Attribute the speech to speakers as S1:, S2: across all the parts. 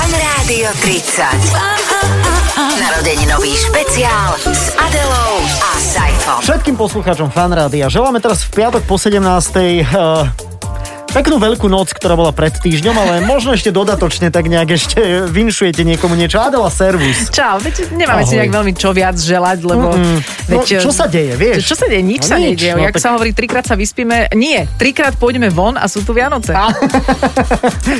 S1: Rádio 30. Narodeninový špeciál s Adelou a Saifom.
S2: Všetkým poslucháčom fanrádia želáme teraz v piatok po 17. Uh, peknú veľkú noc, ktorá bola pred týždňom, ale možno ešte dodatočne tak nejak ešte vinšujete niekomu niečo. Adela, servus.
S3: Čau, veď nemáme si
S2: Ahoj.
S3: nejak veľmi čo viac želať, lebo...
S2: Mm-mm. No,
S3: veď, eh,
S2: čo sa deje, vieš?
S3: Čo, čo sa deje? Nič
S2: No,
S3: no, sa
S2: nič,
S3: nič, nedie.
S2: no,
S3: No,
S2: tak-
S3: Jak tak... sa hovorí, trikrát sa vyspíme. Nie, trikrát pôjdeme von a sú tu Vianoce. A...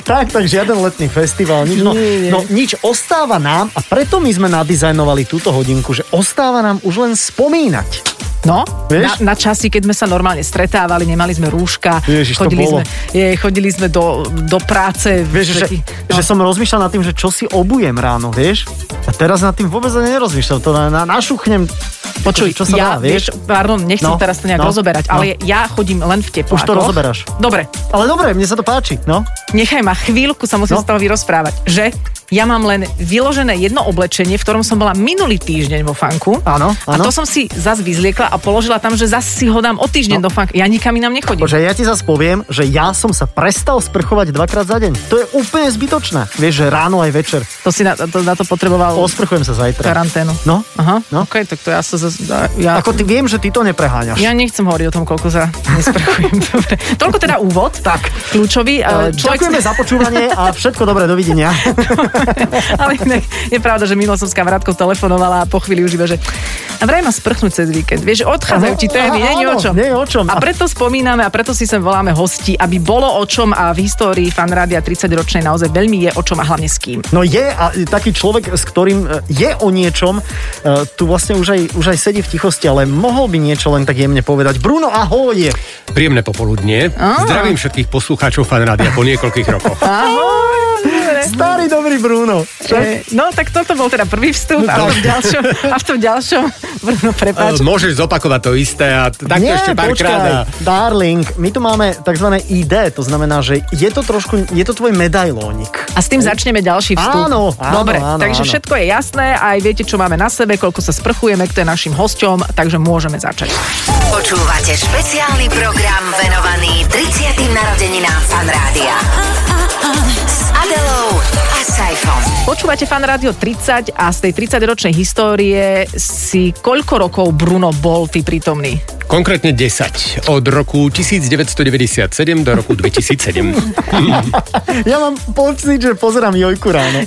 S2: tak, tak žiaden letný festival, nič. No,
S3: Nie, nie.
S2: no nič ostáva nám a preto my sme nadizajnovali túto hodinku, že ostáva nám už len spomínať.
S3: No,
S2: Vieš?
S3: na, na časy, keď sme sa normálne stretávali, nemali sme rúška,
S2: Ježiš, to
S3: chodili,
S2: bolo.
S3: sme, je, chodili sme do, do práce.
S2: Vieš, že,
S3: taký-
S2: že som rozmýšľal nad tým, že čo si obujem ráno, vieš? A teraz nad tým vôbec ani nerozmýšľam. To na, na, našuchnem, Akože,
S3: Počuj,
S2: čo sa
S3: ja,
S2: dá, vieš?
S3: pardon, nechcem
S2: No,
S3: teraz to nejak
S2: no,
S3: rozoberať, ale ja chodím len v teplákoch.
S2: Už to rozoberáš.
S3: Dobre,
S2: Ale dobre, mne sa to páči, no.
S3: nechaj ma chvíľku, sa musím
S2: No.
S3: no. z toho vyrozprávať, že ja mám len vyložené jedno oblečenie, v ktorom som bola minulý týždeň vo fanku.
S2: Áno,
S3: A
S2: áno.
S3: to som si zas vyzliekla a položila tam, že zas si ho dám o týždeň
S2: No.
S3: no. do fanku. Ja nikam inám nechodím.
S2: Bože, ja ti zase poviem, že ja som sa prestal sprchovať dvakrát za deň. To je úplne zbytočné. Vieš, že ráno aj večer.
S3: To si na to, na to potreboval
S2: Osprchujem sa zajtra.
S3: karanténu.
S2: No,
S3: Aha,
S2: No.
S3: no. ok, tak to ja sa zas... Ja...
S2: ako ty viem, že ty to nepreháňaš.
S3: Ja nechcem hovoriť o tom, koľko sa nesprchujem. Dobre. Toľko teda úvod. Tak. Kľúčový.
S2: Eh,
S3: Eh, človek
S2: Ďakujeme za počúvanie a všetko dobré, dovidenia.
S3: Ale inak je pravda, že minulo som s kamarátkou telefonovala a po chvíli už iba, že a vraj ma sprchnúť cez víkend. Vieš, že odchádzajú ti témy, nie je o
S2: Áno,
S3: čom.
S2: nie je o čom.
S3: A preto spomíname a preto si sem voláme hosti, aby bolo o čom a v histórii fanrádia 30-ročnej naozaj veľmi je o čom a hlavne s kým.
S2: No je a taký človek, s ktorým eh, je o niečom, eh, tu vlastne už aj, už aj sedí v tichosti, ale mohol by niečo len tak jemne povedať. Bruno, ahoj!
S4: Príjemné popoludnie. Zdravím všetkých poslucháčov fanrádia po niekoľkých rokoch.
S3: Ahoj, dobre.
S2: Starý dobrý Bruno.
S3: E, No tak toto bol teda prvý vstup
S2: No
S3: a v tom ďalšom, a v tom ďalšom, Bruno, prepáč,
S4: Eh, Môžeš zopakovať to isté a t- takto
S2: Nie,
S4: ešte párkrát.
S2: počkaj,
S4: a-
S2: darling, my tu máme tzv. ID, to znamená, že je to trošku, je to tvoj medailónik.
S3: A s tým začneme ďalší vstup.
S2: Áno, áno,
S3: Dobre,
S2: áno,
S3: takže
S2: áno.
S3: všetko je jasné, aj viete, čo máme na sebe, koľko sa sprchujeme, kto je našim hosťom, takže môžeme začať.
S1: Počúvate špeciálny program venovaný 30. narodeninám Fanrádia. S Adelou a Saifom.
S3: Počúvate Fan Rádio 30 a z tej 30-ročnej histórie si koľko rokov Bruno bol ty prítomný?
S4: Konkrétne 10. Od roku 1997 do roku 2007.
S2: Ja mám pocit, že pozerám Jojku ráno.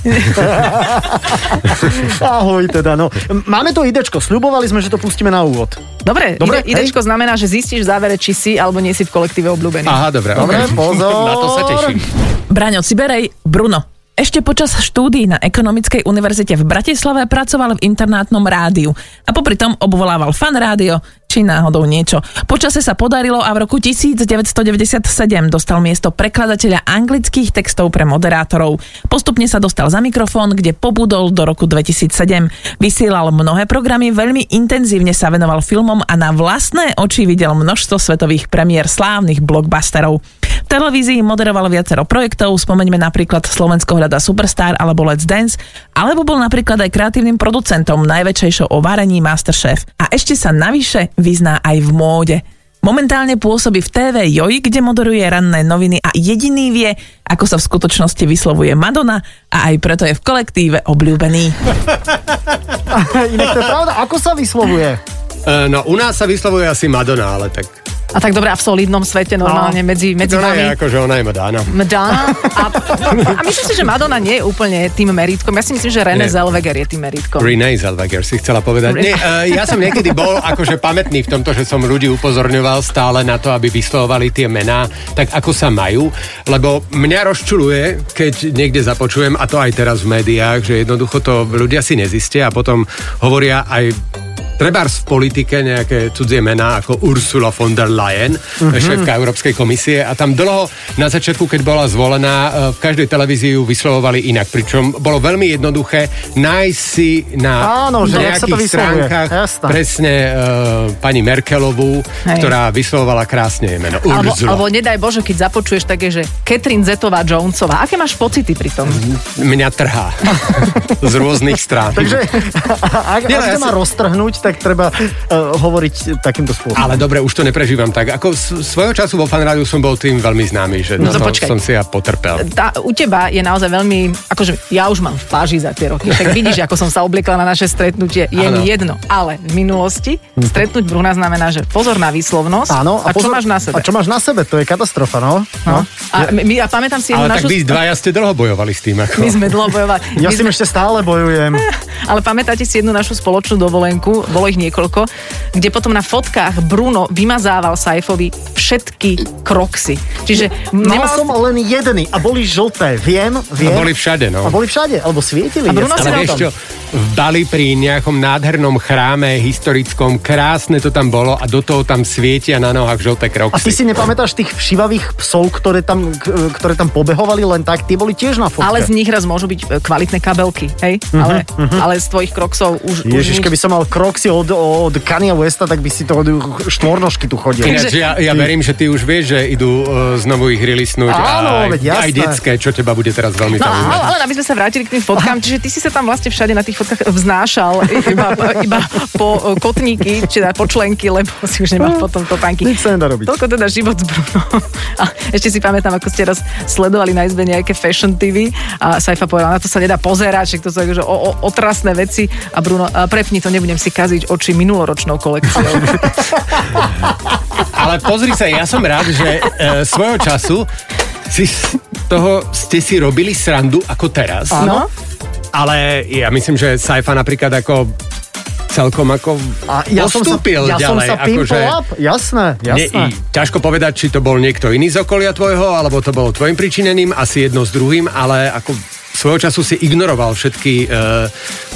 S2: Ahoj teda, no. Máme to idečko, sľubovali sme, že to pustíme na úvod.
S3: Dobre,
S2: Dobre,
S3: Dobre ide, idečko znamená, že zistíš v závere, či si alebo nie si v kolektíve obľúbený.
S4: Aha, dobre.
S2: Dobre,
S4: ok.
S2: pozor.
S4: Na to sa teším. E,
S5: Braňo Ciberej, Bruno. Ešte počas štúdií na Ekonomickej univerzite v Bratislave pracoval v internátnom rádiu a popri tom obvolával fan rádio, či náhodou niečo. Počase sa podarilo a v roku 1997 dostal miesto prekladateľa anglických textov pre moderátorov. Postupne sa dostal za mikrofón, kde pobudol do roku 2007. Vysielal mnohé programy, veľmi intenzívne sa venoval filmom a na vlastné oči videl množstvo svetových premiér slávnych blockbusterov. V televízii moderoval viacero projektov, spomeňme napríklad Slovensko hľada Superstar alebo Let's Dance, alebo bol napríklad aj kreatívnym producentom najväčšej show o varení Masterchef. A ešte sa navyše vyzná aj v móde. Momentálne pôsobí v TV Joj, kde moderuje ranné noviny a jediný vie, ako sa v skutočnosti vyslovuje Madonna a aj preto je v kolektíve obľúbený.
S2: Inak to je pravda, ako sa vyslovuje?
S4: Eh, No, u nás sa vyslovuje asi Madonna, ale tak...
S3: A tak dobré, a v solidnom svete normálne medzi, medzi
S4: Ona
S3: nami.
S4: No, je ako, že ona je Madonna.
S3: Madonna. A, a myslím si, že Madonna nie je úplne tým meritkom. Ja si myslím, že René
S4: Nie.
S3: Zellweger je tým meritkom.
S4: Renee Zellweger si chcela povedať.
S3: Dobre.
S4: Nie, eh, ja som niekedy bol akože pamätný v tomto, že som ľudí upozorňoval stále na to, aby vyslovovali tie mená tak, ako sa majú, lebo mňa rozčuluje, keď niekde započujem, a to aj teraz v médiách, že jednoducho to ľudia si nezistia a potom hovoria aj Trebárs v politike nejaké cudzie mená ako Ursula von der Leyen,
S2: Mhm.
S4: mm-hmm. šéfka Európskej komisie a tam dlho na začiatku, keď bola zvolená, eh, v každej televízii ju vyslovovali inak, pričom bolo veľmi jednoduché nájsť si na
S2: Áno, že jak sa to
S4: nejakých
S2: vyslovuje.
S4: stránkach
S2: Jasné.
S4: presne e, pani Merkelovú,
S3: Hej.
S4: ktorá vyslovovala krásne jej meno.
S3: Alebo,
S4: Urzula.
S3: alebo nedaj Bože, keď započuješ také, že Katrin Zetová Jonesová. Aké máš pocity pri tom?
S2: Mhm.
S4: Mňa trhá z rôznych strán.
S2: Takže ak, ak
S4: Nie,
S2: ťa
S4: ja
S2: má
S4: si-
S2: roztrhnúť, tak tak treba eh, hovoriť takýmto spôsobom.
S4: Ale dobre, už to neprežívam tak. Ako s- svojho času vo fanrádiu som bol tým veľmi známy, že
S3: No
S4: no
S3: to
S4: to
S3: počkaj.
S4: som si ja potrpel.
S3: tá, u teba je naozaj veľmi, akože ja už mám v páži za tie roky, tak vidíš, ako som sa obliekla na naše stretnutie, je
S4: Áno.
S3: mi jedno, ale v minulosti stretnúť Bruna znamená, že pozor na výslovnosť
S2: Mhm. Áno,
S3: a, čo máš na sebe.
S2: A čo máš na sebe, to je katastrofa, no. no.
S3: No. A, my, ja pamätám si jednu
S4: Ale tak
S3: našu...
S4: vy dvaja ste dlho bojovali s tým. Ako.
S3: My sme dlho bojovali.
S2: Ja
S3: My
S2: s tým
S3: sme,
S2: ešte stále bojujem.
S3: ale pamätáte si jednu našu spoločnú dovolenku, bolo ich niekoľko, kde potom na fotkách Bruno vymazával Saifovi všetky kroksy. Čiže
S2: Mal
S3: nemal...
S2: No, som len jedny a boli žlté, viem, viem.
S4: A boli všade,
S2: A
S4: no.
S2: boli všade, alebo svietili.
S3: A Bruno
S2: jasne.
S3: si
S4: Ale
S3: na
S4: vieš
S3: tom.
S4: čo, v Bali pri nejakom nádhernom chráme historickom, krásne to tam bolo a do toho tam svietia na nohách
S2: A
S4: žlté
S2: ty
S4: kroksy.
S2: si nepamätáš tých všivavých psov, ktoré tam, k- ktoré tam pobehovali len tak? Tí boli tiež na fotke.
S3: Ale z nich raz môžu byť e, kvalitné kabelky, hej? Uh-huh, ale, uh-huh. ale z tvojich kroksov už...
S2: Mhm, Ježiš,
S3: už nič.
S2: keby som mal kroxy od, od Kanye Westa, tak by si to od štvornožky tu chodil.
S4: Ináč, ja, ja verím, že ty už vieš, že idú uh, znovu ich rilisnúť
S2: Áno,
S4: aj,
S2: veď jasné.
S4: aj detské, čo teba bude teraz veľmi
S3: No,
S4: zaujímať.
S3: ale, ale aby sme sa vrátili k tým fotkám, čiže ty si sa tam vlastne všade na tých fotkách vznášal iba, iba po e, kotníky, či teda po členky, lebo si už nemal potom topánky.
S2: No, Nič sa nedá robiť.
S3: Toľko teda život s Brunom. A ešte si pamätám, ako ste raz sledovali na izbe nejaké fashion TV a Saifa povedala, na to sa nedá pozerať, však to sú akože o, o, otrasné veci a Bruno, a prepni to, nebudem si kaziť oči minuloročnou kolekciou.
S4: Ale pozri sa, ja som rád, že e, svojho času si z toho ste si robili srandu ako teraz.
S3: Áno.
S4: Ale ja myslím, že Saifa napríklad ako celkom ako
S2: A ja som sa,
S4: postúpil
S2: ja som
S4: ďalej.
S2: sa
S4: akože,
S2: pimple up, jasne,
S4: ne,
S2: jasne.
S4: i- ťažko povedať, či to bol niekto iný z okolia tvojho, alebo to bolo tvojim pričinením, asi jedno s druhým, ale ako svojho času si ignoroval všetky e,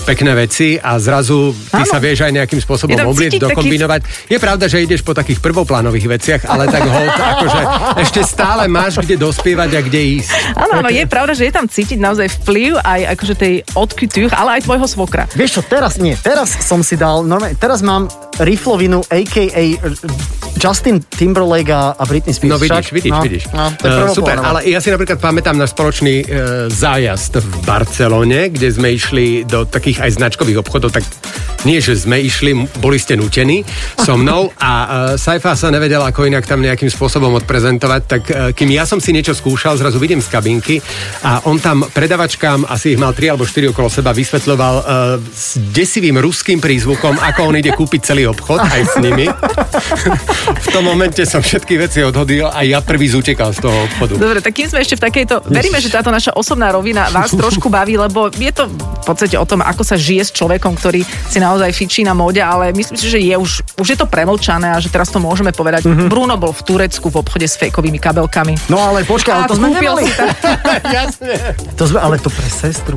S4: pekné veci a zrazu ty
S3: Áno.
S4: sa vieš aj nejakým spôsobom
S3: Je tam
S4: obliecť,
S3: cítiť taký-
S4: dokombinovať. Je pravda, že ideš po takých prvoplánových veciach, ale tak hold, akože ešte stále máš kde dospievať a kde ísť.
S3: Áno, áno, je pravda, že je tam cítiť naozaj vplyv aj akože tej od couture, ale aj tvojho svokra.
S2: Vieš čo, teraz nie, teraz som si dal, normálne, teraz mám riflovinu, a.k.a. eh, Justin Timberlake a a Britney Spears.
S4: No vidíš,
S2: Však?
S4: vidíš,
S2: no,
S4: vidíš.
S2: No, to je
S4: Eh,
S2: prvoplánová.
S4: super, ale ja si napríklad pamätám na spoločný e, zájazd v Barcelone, kde sme išli do takých aj značkových obchodov, tak nie, že sme išli, m- boli ste nutení so mnou a e, Saifa sa nevedela, ako inak tam nejakým spôsobom odprezentovať, tak e, kým ja som si niečo skúšal, zrazu vidím z kabinky a on tam predavačkám, asi ich mal 3 alebo 4 okolo seba, vysvetľoval e, s desivým ruským prízvukom, ako on ide kúpiť celý obchod aj s nimi. V tom momente som všetky veci odhodil a ja prvý zutekal z toho obchodu.
S3: Dobre, tak kým sme ešte v takejto... Veríme, že táto naša osobná rovina vás trošku baví, lebo je to v podstate o tom, ako sa žije s človekom, ktorý si naozaj fičí na móde, ale myslím si, že je už, už je to premlčané a že teraz to môžeme povedať. Mm-hmm.
S2: Mhm.
S3: Bruno bol v Turecku v obchode s fejkovými kabelkami.
S2: No ale počkaj, ale
S3: A
S2: to sme
S3: kúpil
S2: nemali.
S3: si tam-
S2: To sme, ale to pre sestru.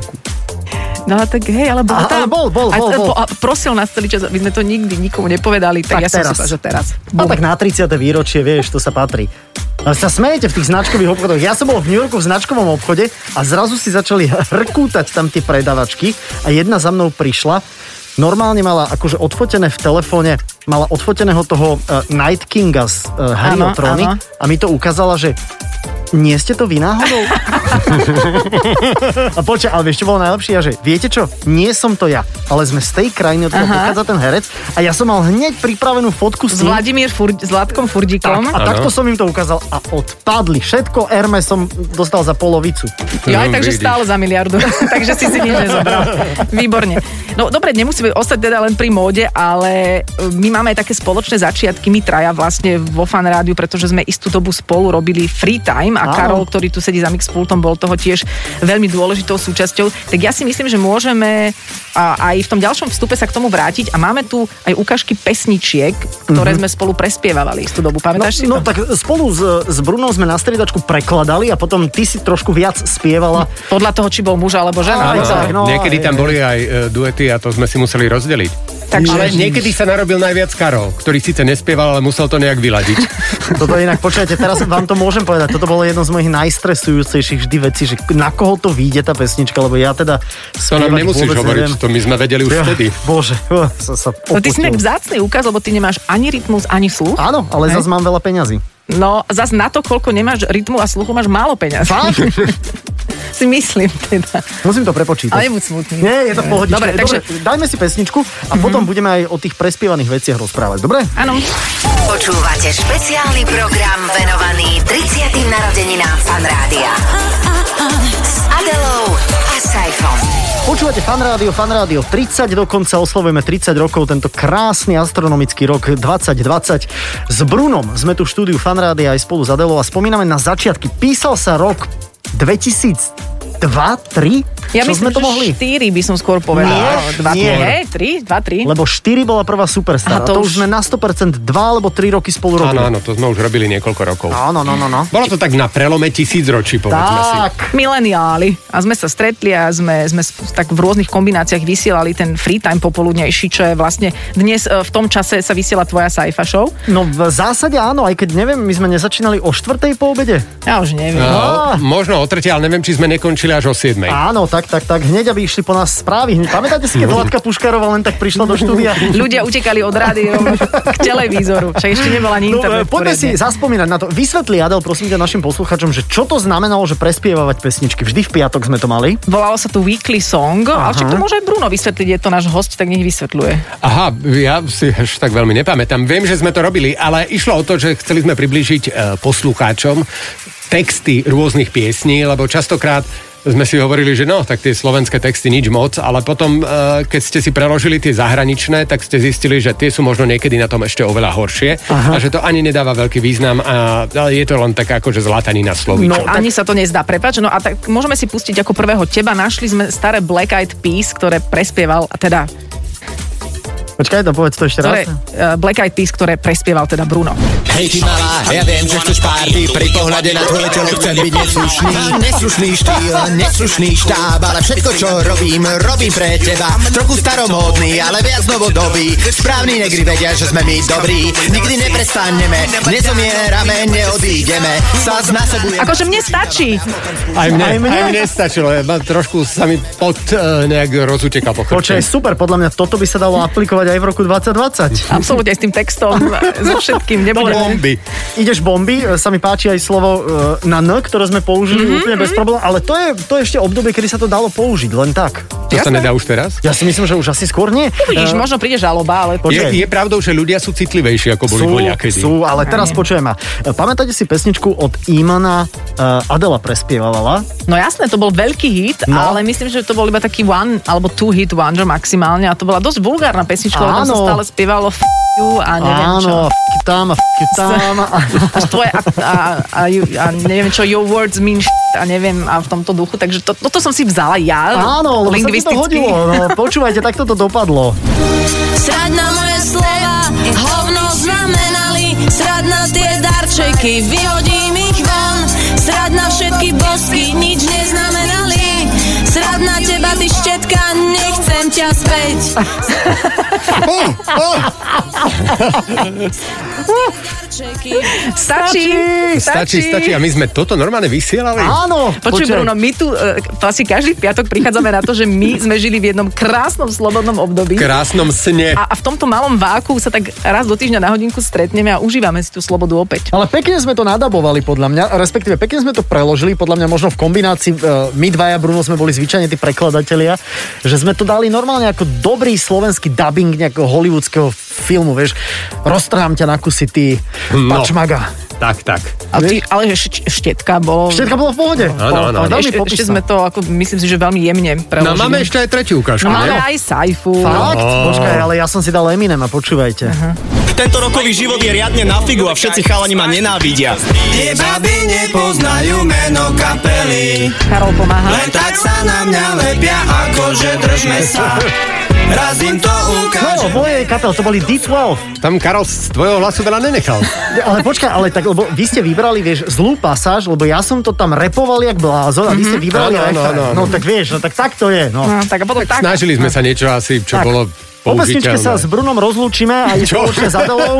S3: No a tak hej, ale bol
S2: A-
S3: tam.
S2: ale bol, bol,
S3: a,
S2: bol,
S3: a-
S2: bol.
S3: A prosil nás celý čas, aby sme to nikdy nikomu nepovedali,
S2: Tak
S3: tak, ja som si
S2: teraz.
S3: povedal, že teraz.
S2: No tak na 30. výročie, vieš, to sa patrí. Ale sa smejete v tých značkových obchodoch. Ja som bol v New Yorku v značkovom obchode a zrazu si začali hrkútať tam tie predavačky a jedna za mnou prišla. Normálne mala akože odfotené v telefóne, mala odfoteného toho uh, Night Kinga z uh, Hry
S3: Áno,
S2: o tróny
S3: áno.
S2: a mi to ukázala, že nie ste to vy náhodou? a počkaj, ale vieš, čo bolo najlepšie? Ja, že viete čo, nie som to ja, ale sme z tej krajiny, od ktorého
S3: Aha.
S2: pochádza ten herec a ja som mal hneď pripravenú fotku s
S3: S
S2: ním.
S3: Vladimír Furd, s Vládkom
S2: Mhm. Tak,
S3: Furdikom.
S2: a takto som im to ukázal a odpadli. Všetko Hermes som dostal za polovicu.
S3: Jo, aj
S4: No,
S3: takže
S4: vidíš.
S3: stále za miliardu. takže si si nič nezobral. Výborne. No dobre, nemusíme ostať teda len pri móde, ale e, my máme aj také spoločné začiatky, my traja vlastne vo fan rádiu, pretože sme istú dobu spolu robili free time a
S2: Áno.
S3: Karol, ktorý tu sedí za mixpultom, bol toho tiež veľmi dôležitou súčasťou. Tak ja si myslím, že môžeme a, aj v tom ďalšom vstupe sa k tomu vrátiť a máme tu aj ukážky pesničiek, ktoré sme spolu prespievavali istú dobu.
S2: Mhm. No,
S3: Pamätáš si
S2: no
S3: to?
S2: tak spolu s, s Brunou sme na striedačku prekladali a potom ty si trošku viac spievala.
S3: Podľa toho, či bol muž alebo žena.
S2: Áno,
S3: to-
S2: tak, no,
S4: niekedy tam
S2: aj-
S4: boli aj e, duety a to sme si museli rozdeliť.
S3: Takže-
S4: ale niekedy sa narobil najviac Karol, ktorý síce nespieval, ale musel to nejak vyladiť.
S2: Toto inak, počujete, teraz vám to môžem povedať. Toto bolo jedno z mojich najstresujúcejších vždy vecí, že na koho to vyjde tá pesnička, lebo ja teda
S4: To
S2: spievať
S4: nám nemusíš
S2: vôbec
S4: hovoriť,
S2: neviem.
S4: to my sme vedeli už
S2: Ja,
S4: vtedy.
S2: Bože, oh, sa, sa
S3: No ty si
S2: opotil.
S3: nejak vzácný úkaz, lebo ty nemáš ani rytmus, ani sluch.
S2: Áno, ale
S3: Hej.
S2: zase mám veľa peňazí.
S3: No, zas na to, koľko nemáš rytmu a sluchu, máš málo peňazí.
S2: Fakt?
S3: si myslím teda.
S2: Musím to prepočítať.
S3: Ale nebuď smutný.
S2: Nie, je to v pohodičke.
S3: Dobre, takže- Mhm.
S2: Dobre, dajme si pesničku a potom budeme aj o tých prespievaných veciach rozprávať. Dobre?
S3: Áno.
S1: Počúvate špeciálny program venovaný 30. narodeninám Fanrádia. S Adelou a Saifom.
S2: Počúvate Fan Rádio, Fan Rádio 30, dokonca oslovujeme 30 rokov, tento krásny astronomický rok 2020. S Brunom sme tu v štúdiu Fan Rádia aj spolu s Adelou a spomíname na začiatky. Písal sa rok 2002, 3?
S3: Ja
S2: Čo sme
S3: myslím,
S2: to
S3: že
S2: mohli?
S3: 4 by som skôr povedala.
S2: Nie,
S3: Dva,
S2: nie.
S3: nie, 3, 2, 3.
S2: Lebo 4 bola prvá superstar. A to, už sme na 100% 2 alebo 3 roky spolu
S4: Áno,
S2: robili.
S4: áno, to sme už robili niekoľko rokov.
S2: Áno, no, no, no.
S4: Bolo to tak na prelome tisícročí, povedzme si.
S2: Tak.
S3: Mileniáli. A sme sa stretli a sme, sme s- tak v rôznych kombináciách vysielali ten free time popoludnejší, čo je vlastne dnes e, v tom čase sa vysiela tvoja Saifa show.
S2: No v zásade áno, aj keď neviem, my sme nezačínali o štvrtej po obede.
S3: Ja už neviem.
S2: Á.
S4: No, možno o tretie, ale neviem, či sme nekončili až o siedmej.
S2: Áno, tak, tak, tak, hneď aby išli po nás správy. Hneď. Pamätáte si, keď Zlatka Puškarova len tak prišla do štúdia? No,
S3: Ľudia utekali od rády k televízoru. Však ešte nebola ani
S2: Dobre,
S3: internet.
S2: e, No, poďme si
S3: poriadne.
S2: zaspomínať na to. Vysvetli, Adel, prosím ťa našim posluchačom, že čo to znamenalo, že prespievavať pesničky. Vždy v piatok sme to mali.
S3: Volalo sa tu Weekly Song, ale však to môže aj Bruno vysvetliť, je to náš host, tak nech vysvetľuje.
S4: Aha, ja si až tak veľmi nepamätám. Viem, že sme to robili, ale išlo o to, že chceli sme priblížiť e, poslucháčom texty rôznych piesní, lebo častokrát sme si hovorili, že no, tak tie slovenské texty nič moc, ale potom, e, keď ste si preložili tie zahraničné, tak ste zistili, že tie sú možno niekedy na tom ešte oveľa horšie Aha. a že to ani nedáva veľký význam a a je to len taká akože zlatanina slovíčok.
S3: No, ani sa to nezdá, prepač. No a tak môžeme si pustiť ako prvého teba. Našli sme staré Black Eyed Peas, ktoré prespieval, a teda,
S2: Počkaj, to povedz to ešte raz.
S3: ktoré, uh, Black Eyed Peas, ktoré prespieval teda Bruno.
S6: Hej ty malá, ja viem, že chceš párty Pri pohľade na tvoje telo chcem byť neslušný Neslušný štýl, neslušný štáb Ale všetko čo robím, robím pre teba Trochu staromódny, ale viac novodobý Správni negri vedia, že sme my dobrí Nikdy neprestaneme, nezomierame, neodídeme Sa znásobujeme
S3: Akože mne stačí.
S4: Aj mne,
S2: Aj
S4: aj
S2: mne?
S4: mne? aj mne stačilo, iba trošku sa mi pod e, nejak rozutekal po
S2: Počkaj,
S4: chrbte.
S2: super, podľa mňa toto by sa dalo aplikovať aj v roku 2020.
S3: Absolútne aj s tým textom, so všetkým. Nebudem.
S4: Bomby.
S2: Ideš bomby, e, sa mi páči aj slovo e, na N, ktoré sme použili mm-hmm, úplne bez problémov, ale to je, to je ešte obdobie, kedy sa to dalo použiť, len tak.
S4: To sa
S3: Jasné.
S4: nedá už teraz?
S2: Ja si myslím, že už asi skôr nie.
S3: Vidíš,
S2: E,
S3: možno príde žaloba, ale...
S4: Je,
S2: Počkaj.
S4: je pravdou, že ľudia sú citlivejší, ako boli
S2: sú,
S4: voľa kedy.
S2: sú, ale teraz počujem ma. E, Pamätáte si pesničku od Imana uh, Adela prespievala?
S3: No jasné, to bol veľký hit,
S2: No.
S3: ale myslím, že to bol iba taký one alebo two hit wonder maximálne a to bola dosť vulgárna pesnička, lebo tam sa
S2: Áno.
S3: stále spievalo f*** you a neviem čo.
S2: Áno, f*** tam, f*** tam.
S3: Až tvoje a, a, a, ju- a neviem čo, your words mean shit a neviem a v tomto duchu, takže to, toto som si vzala ja.
S2: Áno, lebo sa ti to
S3: lingvisticky.
S2: hodilo. No, počúvajte, takto to dopadlo.
S7: Srad na moje slova, hovno znamenali Srad na tie darčeky, vyhodím ich von Srad na všetky bosky, nič neznamenali Srad na teba, ty štetka, nechcem ťa späť
S4: Oh, oh,
S7: Darčeky,
S3: Stačí,
S4: stačí, stačí. A my sme toto normálne vysielali?
S2: Áno,
S3: Počuj,
S2: počkaj.
S3: Bruno, my tu e, vlastne každý piatok prichádzame na to, že my sme žili v jednom krásnom slobodnom období.
S4: krásnom sne.
S3: a, a v tomto malom váku sa tak raz do týždňa na hodinku stretneme a užívame si tú slobodu opäť.
S2: Ale pekne sme to nadabovali podľa mňa, respektíve pekne sme to preložili, podľa mňa možno v kombinácii, e, my dvaja, Bruno, sme boli zvyčajne tí prekladatelia, že sme to dali normálne ako dobrý slovenský dubbing nejakého hollywoodského filmu, vieš, roztrhám ťa na kusy, ty
S4: No.
S2: pačmaga.
S4: Tak, tak.
S3: Ale, ty, ale št- štetka bolo...
S2: Všetko bolo v pohode.
S4: Áno, áno, áno.
S2: Veľmi
S3: ešte,
S2: popisné.
S3: ešte sme to, ako, myslím si, že veľmi jemne preložili.
S4: No máme ešte aj tretiu ukážku,
S3: no, máme
S4: ne?
S3: aj No, sajfu.
S2: Fakt? Počkaj, ale ja som si dal Eminem a počúvajte.
S8: Tento rokový život je riadne na figu a všetci chalani ma nenávidia. Tie baby nepoznajú meno kapely,
S3: Karol pomáha.
S8: len tak sa na mňa lepia, akože držme sa. Raz im to
S2: No,
S8: ukážem.
S2: moje kapel, to boli D12.
S4: Tam Karol z tvojho hlasu veľa nenechal.
S2: Ale počkaj, ale tak, lebo vy ste vybrali, vieš, zlú pasáž, lebo ja som to tam repoval jak blázon a vy ste vybrali
S4: Mhm. Áno, áno,
S2: refrén.
S4: áno, Hm. áno.
S2: No tak vieš, no tak tak to je, no.
S3: No, tak a potom tak.
S4: Snažili sme sa niečo asi, čo
S2: Tak.
S4: bolo
S2: Po pesničke
S4: použiteľné.
S2: sa s Brunom rozlúčime a je
S4: Čo?
S2: spoločne za dolou.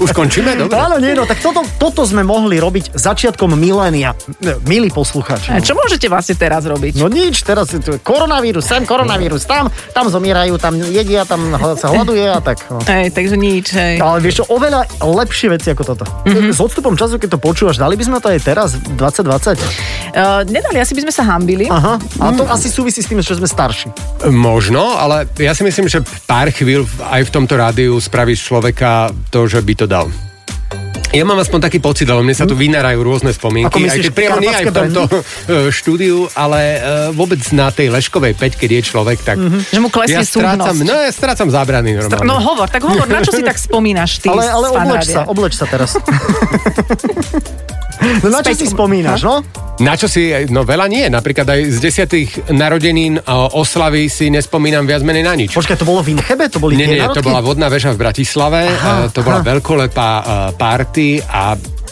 S4: Už končíme? Dobre.
S2: Áno, nie, no tak toto, toto sme mohli robiť začiatkom milénia. E, Milí
S3: A
S2: poslucháči.
S3: Čo môžete vlastne teraz robiť?
S2: No nič, teraz je tu koronavírus, sem koronavírus, tam, tam zomierajú, tam jedia, tam hla- sa hľaduje a tak. No.
S3: Hej, takže nič, hej.
S2: Ale vieš čo, oveľa Mhm. lepšie veci ako toto. Mm-hmm. S odstupom času, keď to počúvaš, dali by sme to aj teraz, 2020?
S3: E, Uh, nedali, asi by sme sa hambili.
S2: Aha, a to asi súvisí s tým, že sme starší.
S4: Možno, ale ja si myslím, že pár chvíľ aj v tomto rádiu spraví z človeka to, že by to dal. Ja mám aspoň taký pocit, ale mne sa
S3: Mhm.
S4: tu vynárajú rôzne spomienky.
S2: Ako myslíš,
S4: aj keď priamo nie aj
S2: karpatské
S4: v tomto eh, štúdiu, ale eh, vôbec na tej Leškovej 5, keď je človek, tak...
S3: Mhm. Že mu klesne
S4: ja strácam,
S3: súdnosť.
S4: no, ja strácam zábrany normálne.
S3: No hovor, tak hovor, na čo si tak spomínaš ty
S2: Ale,
S3: z
S2: ale
S3: Fan
S2: obleč
S3: Rádia?
S2: sa, obleč sa teraz. No na čo
S3: Späť-
S2: si spomínaš, no?
S4: Na čo si, no veľa nie, napríklad aj z desiatých narodenín a oslavy si nespomínam viac menej na nič.
S2: Počkaj, to bolo v Inchebe? no? To boli
S4: Nie,
S2: tie
S4: nie, to
S2: národky?
S4: bola vodná väža v Bratislave, aha, to bola aha. veľkolepá eh, party a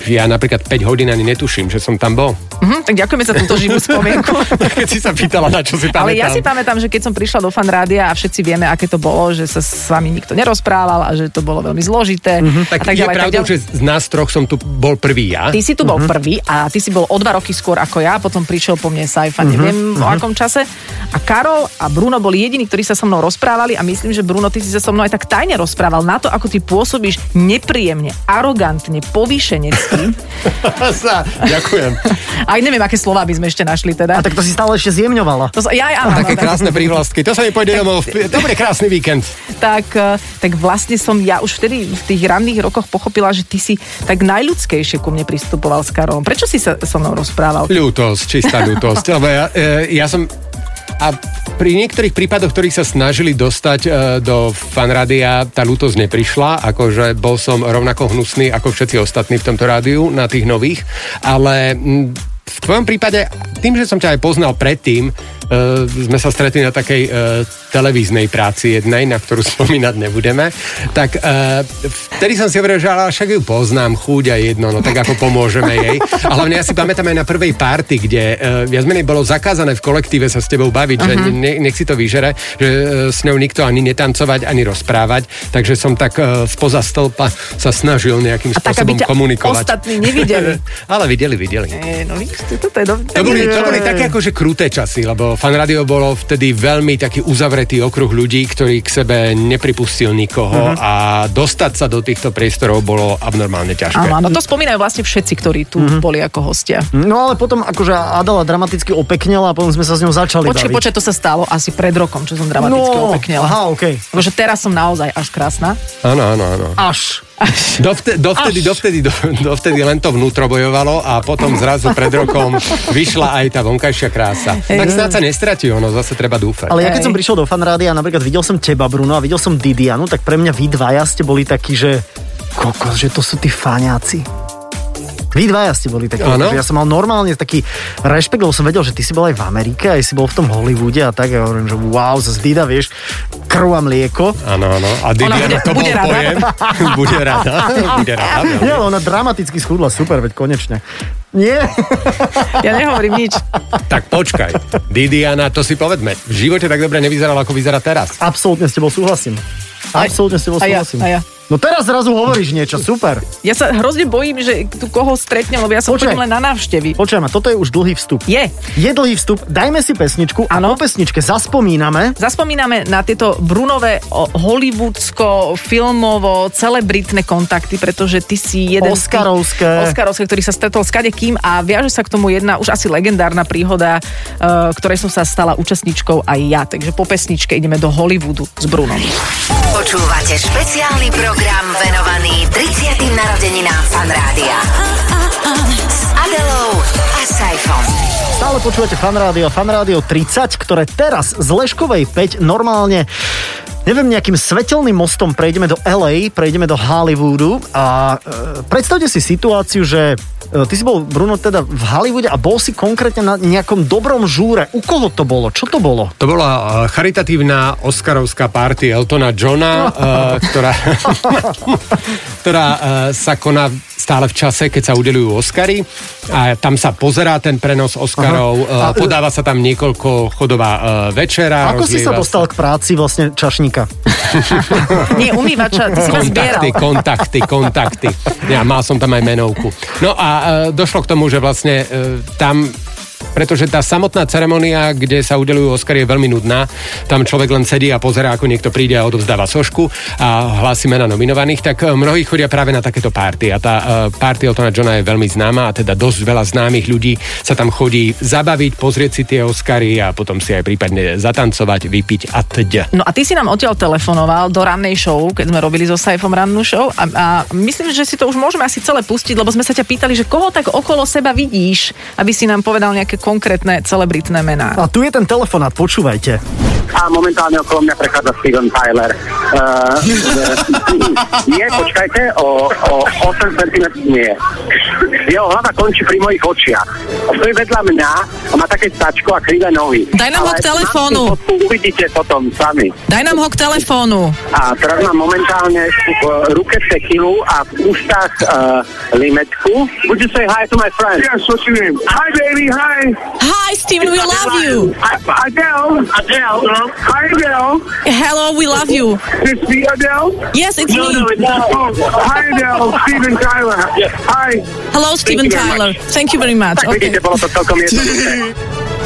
S4: ja napríklad 5 hodín ani netuším, že som tam bol.
S3: Mhm, tak ďakujeme za túto živú spomienku.
S4: Keď si sa pýtala, na čo si pamätám.
S3: Ale ja si pamätám, že keď som prišla do fan rádia a všetci vieme, aké to bolo, že sa s vami nikto nerozprával a že to bolo veľmi zložité. Mm-hmm.
S4: Mhm, Tak, tak je pravdou, že Mhm. z nás troch som tu bol prvý ja.
S3: Ty si tu bol uh-huh. prvý a ty si bol o dva roky skôr ako ja, potom prišiel po mne Saifa, uh-huh. neviem
S4: Mhm,
S3: uh-huh. o akom čase. A Karol a Bruno boli jediní, ktorí sa so mnou rozprávali a myslím, že Bruno, ty si sa so mnou aj tak tajne rozprával na to, ako ty pôsobíš nepríjemne, arogantne, povýšenecky.
S4: Sa, Ďakujem.
S3: Aj neviem, aké slova by sme ešte našli teda.
S2: A tak to si stále ešte zjemňovala.
S3: To sa, ja, ja, áno, no,
S4: Také
S3: áno,
S4: krásne prívlastky. To sa mi pôjde domov. Dobre, krásny víkend.
S3: tak, eh, tak vlastne som ja už vtedy v tých ranných rokoch pochopila, že ty si tak najľudskejšie ku mne pristupoval s Karolom. Prečo si sa so mnou rozprával?
S4: Ľútosť, čistá ľútosť. Lebo ja, e, ja som... A pri niektorých prípadoch, ktorých sa snažili dostať e, do fanrádia, tá ľútosť neprišla, akože bol som rovnako hnusný ako všetci ostatní v tomto rádiu, na tých nových, ale mm, v tvojom prípade, tým, že som ťa aj poznal predtým, e, sme sa stretli na takej e, televíznej práci jednej, na ktorú spomínať nebudeme, tak e, vtedy som si hovoril, že ale však ju poznám, chuť a jedno, no tak ako pomôžeme jej. A hlavne ja si pamätám aj na prvej party, kde e, viac menej bolo zakázané v kolektíve sa s tebou baviť, uh-huh. že
S3: Mhm.
S4: ne, nech si to vyžere, že e, s ňou nikto ani netancovať, ani rozprávať, takže som tak e, spoza stĺpa sa snažil nejakým
S3: A tak, aby
S4: spôsobom
S3: ťa
S4: komunikovať.
S3: ostatní nevideli.
S4: ale videli, videli.
S3: Eh, No vidíš, to, toto je dobré.
S4: To boli, to boli také akože kruté časy, lebo fan rádio bolo vtedy veľmi taký uzavretý okruh ľudí, ktorý k sebe nepripustil nikoho
S3: Mhm.
S4: uh-huh. a dostať sa do týchto priestorov bolo abnormálne ťažké.
S3: Áno, áno, to spomínajú vlastne všetci, ktorí tu mm-hmm. boli ako hostia.
S2: No ale potom akože Adela dramaticky opeknela a potom sme sa s ňou začali
S3: Počkej,
S2: baviť.
S3: počkej, to sa stalo asi pred rokom, čo som dramaticky
S2: no,
S3: opeknela.
S2: Aha, okej.
S3: Akože teraz som naozaj až krásna.
S4: Áno, áno, áno.
S2: Až.
S4: Dovte, dovtedy, dovtedy, do, dovtedy len to vnútro bojovalo a potom zrazu pred rokom vyšla aj tá vonkajšia krása. Tak snáď sa nestratí ono, zase treba dúfať.
S2: Ale ja keď
S3: Hej.
S2: som prišiel do fanrády a napríklad videl som teba, Bruno, a videl som Didianu, tak pre mňa vy dvaja ste boli takí, že kokos, že to sú tí faňáci. Vy dvaja ste boli takí.
S4: Áno.
S2: že Ja som mal normálne taký rešpekt, lebo som vedel, že ty si bol aj v Amerike, aj si bol v tom Hollywoode a tak. Ja hovorím, že wow, zase Dida, vieš, krv a mlieko.
S4: Áno, áno. A Didiana
S3: bude-
S4: to bol
S3: bude rada.
S4: pojem. Bude rada. Bude rada. veľmi.
S2: Nie, ale ona dramaticky schudla, super, veď konečne. Nie?
S3: Ja nehovorím nič.
S4: Tak počkaj. Didiana, to si povedme. V živote tak dobre nevyzerala, ako vyzerá teraz.
S2: Absolútne s tebou súhlasím. Absolútne s tebou
S3: a ja,
S2: súhlasím.
S3: a ja.
S2: No teraz zrazu hovoríš niečo, super.
S3: Ja sa hrozne bojím, že tu koho stretnem, lebo ja som
S2: Počkaj.
S3: chodím len na návštevy.
S2: Počujem ma, toto je už dlhý vstup.
S3: Je.
S2: Je dlhý vstup, dajme si pesničku a
S3: Áno.
S2: po pesničke zaspomíname.
S3: Zaspomíname na tieto Brunové o, hollywoodsko, filmovo, celebritné kontakty, pretože ty si jeden
S2: Oscarovské.
S3: z tých, Oscarovské, ktorý sa stretol s kadekým a viaže sa k tomu jedna už asi legendárna príhoda, e, ktorej som sa stala účastníčkou aj ja. Takže po pesničke ideme do Hollywoodu s Brunom.
S1: Počúvate špeciálny program venovaný 30. narodeninám Fan Rádia. S Adelou a Saifom.
S2: Stále počúvate Fanrádio, Fanrádio 30, ktoré teraz z Leškovej 5 normálne Neviem, nejakým svetelným mostom prejdeme do LA, prejdeme do Hollywoodu a e, predstavte si situáciu, že e, ty si bol, Bruno, teda v Hollywoode a bol si konkrétne na nejakom dobrom žúre. U koho to bolo? Čo to bolo?
S4: To bola eh, charitatívna Oscarovská party Eltona Johna, eh, ktorá, ktorá eh, sa koná stále v čase, keď sa udelujú Oscary a tam sa pozerá ten prenos Oscarov,
S2: Aha.
S4: eh, podáva sa tam niekoľko chodová eh, večera.
S2: Ako si sa
S4: rozlieva
S2: dostal k práci vlastne čašníka?
S3: Nie, umývača, ty si ma zbieral.
S4: kontakty, kontakty, kontakty. Ja mal som tam aj menovku. No a e, došlo k tomu, že vlastne e, tam pretože tá samotná ceremonia, kde sa udelujú Oscary, je veľmi nudná. Tam človek len sedí a pozerá, ako niekto príde a odovzdáva sošku a hlási mena nominovaných, tak e, mnohí chodia práve na takéto párty. A tá e, párty Eltona Johna je veľmi známa a teda dosť veľa známych ľudí sa tam chodí zabaviť, pozrieť si tie Oscary a potom si aj prípadne zatancovať, vypiť a teda.
S3: No a ty si nám odtiaľ telefonoval do rannej show, keď sme robili so Saifom rannú show a, a myslím, že si to už môžeme asi celé pustiť, lebo sme sa ťa pýtali, že koho tak okolo seba vidíš, aby si nám povedal nejaké konkrétne celebritné mená.
S2: A tu je ten telefonát, počúvajte.
S9: A momentálne okolo mňa prechádza Steven Tyler. Uh, nie, počkajte, o, o 8 cm nie. Jeho hlava končí pri mojich očiach. A stojí vedľa mňa a má také stačko a krivé nohy.
S3: Daj nám ho k
S9: Ale
S3: telefónu.
S9: mám si fotku, Uvidíte potom sami.
S3: Daj nám ho k telefónu.
S9: A teraz mám momentálne v ruke tequilu a v ústach uh, limetku. Would you say hi to my friend? Yes, what's your name? Hi, baby, hi.
S7: Hi Steven, we love you.
S9: Adele. Adele. Hi, Adele.
S7: Hello, we love you.
S9: This be Adele?
S7: Yes, it's me.
S9: hi, Adele. Steven Tyler. Hi.
S7: Hello, Steven
S9: you very
S7: Tyler. Thank you very much. Okay.
S9: Vidíte, bolo to celkom jednoduché.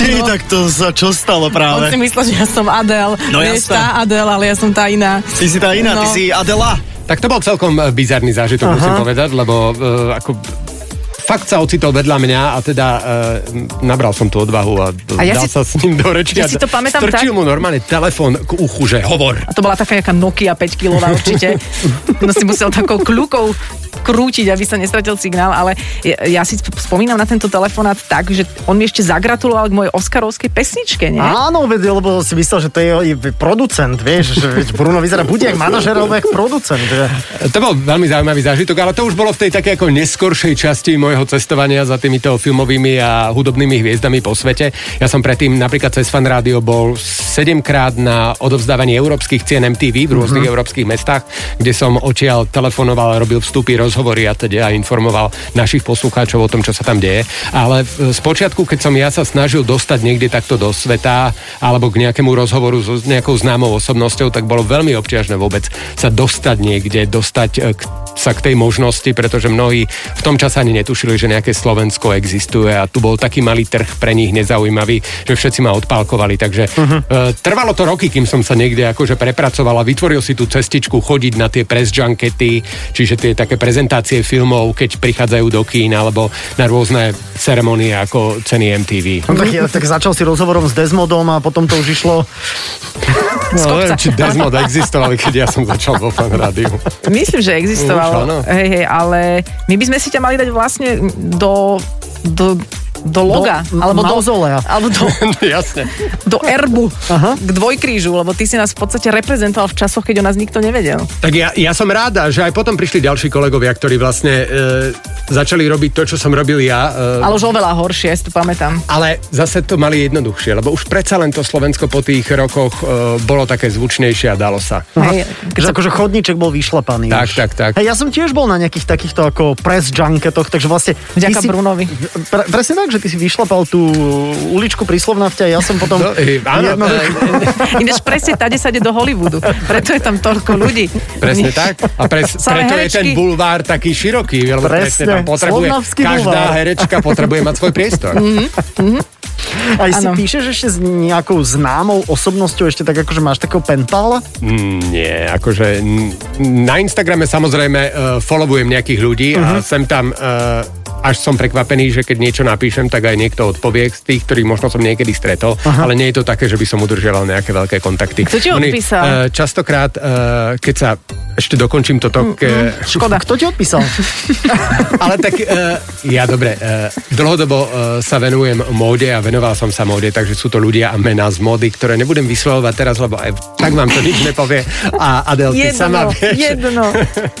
S6: Ty, tak to sa čo stalo
S3: On
S6: práve?
S3: si myslel, že ja som Adel.
S6: No
S3: Vieš,
S6: jasné.
S3: tá Adel, ale ja som tá iná.
S6: Ty si tá iná, ty
S3: No.
S6: si Adela.
S4: Tak to bol celkom e, bizarný zážitok, Aha. musím povedať, lebo e, ako fakt sa ocitol vedľa mňa a teda e, nabral som tú odvahu a,
S3: A
S4: a
S3: ja
S4: ja dal
S3: si-
S4: sa s ním do reči.
S3: ja
S4: a
S3: si to pamätám
S4: strčil
S3: tak-
S4: mu normálne telefón k uchu, že hovor.
S3: A to bola taká nejaká Nokia 5 kilová určite. No si musel takou kľukou krútiť, aby sa nestratil signál, ale ja, ja si sp- spomínam na tento telefonát tak, že on mi ešte zagratuloval k mojej Oscarovskej pesničke, nie?
S2: Áno, veď, lebo si myslel, že to je jeho- je producent, vieš, že veď Bruno vyzerá buď jak manažer, alebo jak producent. Že...
S4: To bol veľmi zaujímavý zážitok, ale to už bolo v tej takej ako neskoršej časti môjho cestovania za týmito filmovými a hudobnými hviezdami po svete. Ja som predtým napríklad cez Fan Rádio bol 7 krát na odovzdávaní európskych cien MTV v rôznych uh-huh. európskych mestách, kde som odtiaľ telefonoval, robil vstupy, rozhovory a teda a informoval našich poslucháčov o tom, čo sa tam deje. Ale v- spočiatku, keď som ja sa snažil dostať niekde takto do sveta alebo k nejakému rozhovoru so s nejakou známou osobnosťou, tak bolo veľmi obťažné vôbec sa dostať niekde, dostať e, k, sa k tej možnosti, pretože mnohí v tom čase ani netušili, že nejaké Slovensko existuje a tu bol taký malý trh pre nich nezaujímavý, že všetci ma odpálkovali. Takže uh-huh. trvalo to roky, kým som sa niekde akože prepracoval a vytvoril si tú cestičku chodiť na tie press junkety, čiže tie také prezentácie filmov, keď prichádzajú do kín alebo na rôzne ceremonie ako ceny MTV.
S2: No, tak, ja, tak začal si rozhovorom s Desmodom a potom to už išlo.
S4: No, neviem, či Desmod existoval, keď ja som začal vo fan rádiu.
S3: Myslím, že
S4: Už, áno.
S3: existoval. Hej, hej, ale my by sme si ťa mali dať vlastne do, do, do loga.
S2: Do
S3: alebo do,
S2: mauzolea.
S3: alebo do,
S4: Jasne.
S3: do erbu. Aha. K dvojkrížu, lebo ty si nás v podstate reprezentoval v časoch, keď o nás nikto nevedel.
S4: Tak ja, ja som ráda, že aj potom prišli ďalší kolegovia, ktorí vlastne e, začali robiť to, čo som robil ja. E,
S3: Ale už oveľa horšie, ja si to pamätám.
S4: ale zase to mali jednoduchšie, lebo už predsa len to Slovensko po tých rokoch e, bolo také zvučnejšie a dalo sa.
S3: Hej, keď
S2: Že
S3: sa
S2: akože chodníček bol vyšlapaný.
S4: Tak,
S2: už.
S4: tak, tak.
S2: Hej, ja som tiež bol na nejakých takýchto ako press junketoch, takže vlastne... ty
S3: Vďaka Brunovi.
S2: Pre, presne tak, že ty si vyšlapal tú uličku pri Slovnafte a ja som potom...
S4: No, e, áno,
S2: jednoducho-
S3: Ináč presne tá sa ide do Hollywoodu, preto je tam toľko ľudí.
S4: Presne tak. A pres,
S3: Samé
S4: preto je
S3: herečky.
S4: ten bulvár taký široký, lebo presne,
S2: Presne,
S4: tam potrebuje,
S2: Slovnavský
S4: každá
S2: bulvár.
S4: herečka potrebuje mať svoj priestor.
S2: Aj si
S3: Áno.
S2: píšeš ešte s nejakou známou osobnosťou, ešte tak akože máš takého pentála?
S4: Mm, nie, akože n- na Instagrame samozrejme uh, followujem nejakých ľudí
S3: Mhm.
S4: uh-huh. a sem tam uh, až som prekvapený, že keď niečo napíšem, tak aj niekto odpovie z tých, ktorých možno som niekedy stretol, uh-huh. ale nie je to také, že by som udržiaval nejaké veľké kontakty.
S3: Kto ti
S4: Oni,
S3: odpísal?
S4: eh, častokrát, uh, keď sa ešte dokončím e, toto, ke,
S3: Mhm. Škoda.
S2: Kto ti odpísal?
S4: ale tak uh, ja dobre, uh, dlhodobo uh, sa venujem móde a venoval som sa móde, takže sú to ľudia a mená z módy, ktoré nebudem vyslovovať teraz, lebo aj tak vám to nič nepovie. A Adel, ty sama
S2: no.
S3: Jedno,
S4: vieš.
S3: jedno.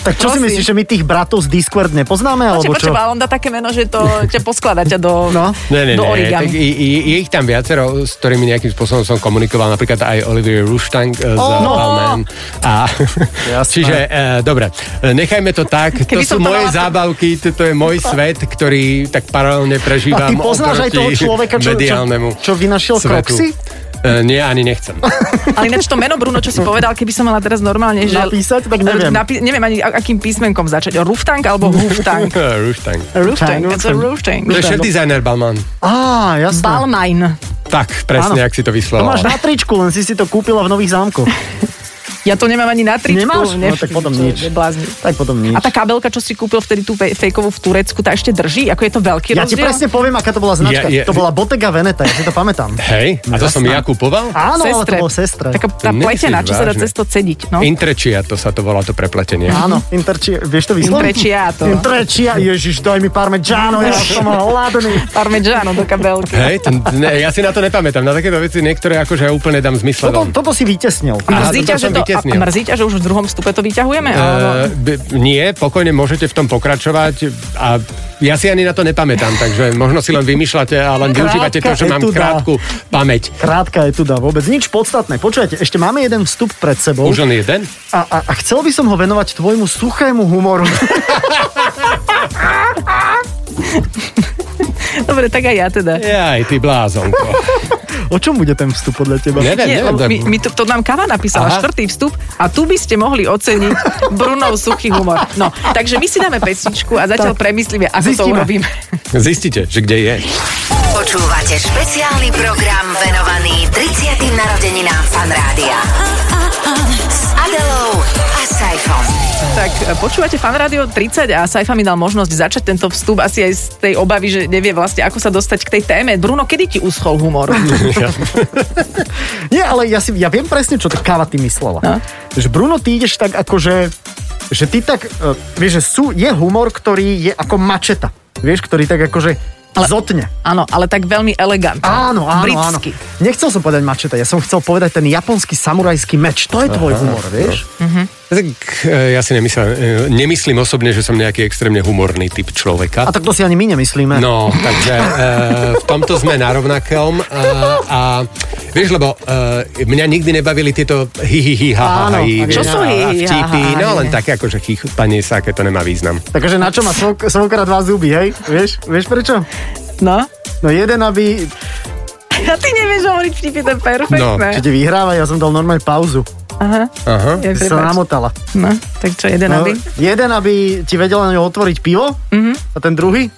S2: tak čo si
S3: Prosím.
S2: myslíš, že my tých bratov z Discord nepoznáme, alebo čo?
S3: Počkaj, počkaj, on dá také meno, že to ťa poskladá ťa do,
S2: No.
S4: Ne, ne,
S3: do
S4: ne,
S3: origami.
S4: tak i- i- je ich tam viacero, s ktorými nejakým spôsobom som komunikoval, napríklad aj Olivier Ruštang e, z
S2: no.
S4: Balmain. A, čiže, e, dobre, e, nechajme to tak,
S3: Keby
S4: to sú
S3: som to
S4: moje
S3: mala-
S4: zábavky, toto je môj svet, ktorý tak paralelne
S2: A
S4: prežívam
S2: ty poznáš aj toho
S4: oproti
S2: človeka, čo, čo,
S4: mediálnemu
S2: čo vynašiel
S4: svetu.
S2: Kroxy?
S4: E, nie, ani nechcem.
S3: Ale ináč to meno Bruno, čo si povedal, keby som mala teraz normálne, že...
S2: Napísať, tak neviem.
S3: Napi- neviem ani a- akým písmenkom začať. Ruftank alebo Ruftank?
S4: Ruštang.
S3: Ruftank,
S2: Ruftank.
S3: it's a Ruftank.
S4: Že šéf dizajner Balman.
S2: Á, jasné.
S3: Balmain.
S4: Tak, presne,
S2: Áno.
S4: ak si
S2: To
S4: to
S2: máš
S4: vyslovoval.
S2: na tričku, len si si to kúpila v nových zámkoch.
S3: Ja to nemám ani na tričku.
S2: Nemáš? No, tak potom
S3: to
S2: nič.
S3: je blázni.
S2: Tak potom nič.
S3: A tá kabelka, čo si kúpil vtedy tú fej- fejkovú v Turecku, tá ešte drží? Ako je to veľký
S2: Ja ti
S3: rozdiel?
S2: presne poviem, aká to bola značka.
S4: Ja- ja-
S2: To bola Bottega Veneta, ja si to pamätám.
S4: Hej, a to som ja kupoval?
S2: Áno, ale to bolo sestre.
S3: Taká tá
S4: Nemyslíš
S3: pletená, čo sa dá
S4: vážne?
S3: cez to cediť. No?
S4: Intrečia, to sa to volá, to prepletenie.
S2: Áno, interčia, vieš to vysloviť?
S3: Intrecciato.
S2: Interčia, ježiš, daj mi parmegiano, ja som hladný.
S3: Parmegiano do kabelky.
S4: Hej, to, ne, ja si na to nepamätám. Na takéto veci niektoré akože ja úplne dám zmysle.
S2: Toto,
S4: von.
S2: toto si vytesnil.
S3: A mrzí,
S4: Aha,
S3: ťa, že
S4: to som
S3: to, a
S4: vytiesnil.
S3: mrzí ťa, že už v druhom stupe to vyťahujeme? Alebo...
S4: Eh, b- nie, pokojne môžete v tom pokračovať a ja si ani na to nepamätám, takže možno si len vymýšľate a len využívate to, že mám
S2: etuda.
S4: krátku pamäť.
S2: Krátka je tu dá vôbec nič podstatné. Počujete, ešte máme jeden vstup pred sebou
S4: Už len jeden?
S2: a, a, a chcel by som ho venovať tvojmu suchému humoru.
S3: Dobre, tak aj ja teda.
S4: Jaj, ty blázonko.
S2: O čom bude ten vstup podľa teba?
S4: Neviem,
S3: Nie,
S4: neviem.
S3: my, my to, to nám Kava napísala,
S4: Aha.
S3: štvrtý vstup a tu by ste mohli oceniť Brunov suchý humor. No, takže my si dáme pesničku a zatiaľ premyslíme, ako to
S2: Zistíme.
S3: urobíme.
S4: Zistíte, že kde je.
S1: Počúvate špeciálny program venovaný 30. narodeninám Fanrádia. S Adelou a Saifom.
S3: Tak e, počúvate Fan Radio 30 a Saifa mi dal možnosť začať tento vstup asi aj z tej obavy, že nevie vlastne, ako sa dostať k tej téme. Bruno, kedy ti uschol humor?
S2: Nie, ale ja, si, ja viem presne, čo to káva ty myslela.
S3: No.
S2: Že Bruno, ty ideš tak ako, že, že ty tak, uh, vieš, že sú, je humor, ktorý je ako mačeta. Vieš, ktorý tak akože ale... zotne.
S3: Áno, ale tak veľmi elegantne.
S2: Áno, áno,
S3: Britsky.
S2: áno. Nechcel som povedať mačeta, ja som chcel povedať ten japonský samurajský meč. To je tvoj humor, vieš?
S4: Tak e, ja si nemyslím, e, nemyslím osobne, že som nejaký extrémne humorný typ
S2: A
S4: človeka.
S2: tak to si ani my nemyslíme.
S4: No, takže e, v tomto sme na rovnakom. E, a vieš, lebo e, mňa nikdy nebavili tieto hi hi hi ha ha
S2: Áno,
S4: ha, hi,
S2: čo
S4: vieš,
S3: sú
S4: a-
S3: hi,
S4: a
S3: hi, ha,
S4: vtipy,
S3: ha, ha,
S4: no
S3: hi,
S4: len
S3: ne?
S4: také akože chichpanie sa, aké to nemá význam.
S2: Takže na čo má svok- svokra dva zuby, hej? Vieš, vieš prečo?
S3: No.
S2: No jeden, aby...
S3: A ty nevieš hovoriť vtipy, to je
S4: No,
S3: perfektné.
S2: Že ti vyhráva, ja som dal normálne pauzu.
S3: Aha,
S4: Aha.
S2: Ty
S3: ja,
S2: si sa
S3: prepáč.
S2: namotala.
S3: No, tak čo, jeden
S2: No,
S3: aby?
S2: jeden, aby ti vedel na ňu otvoriť pivo. A ten druhý?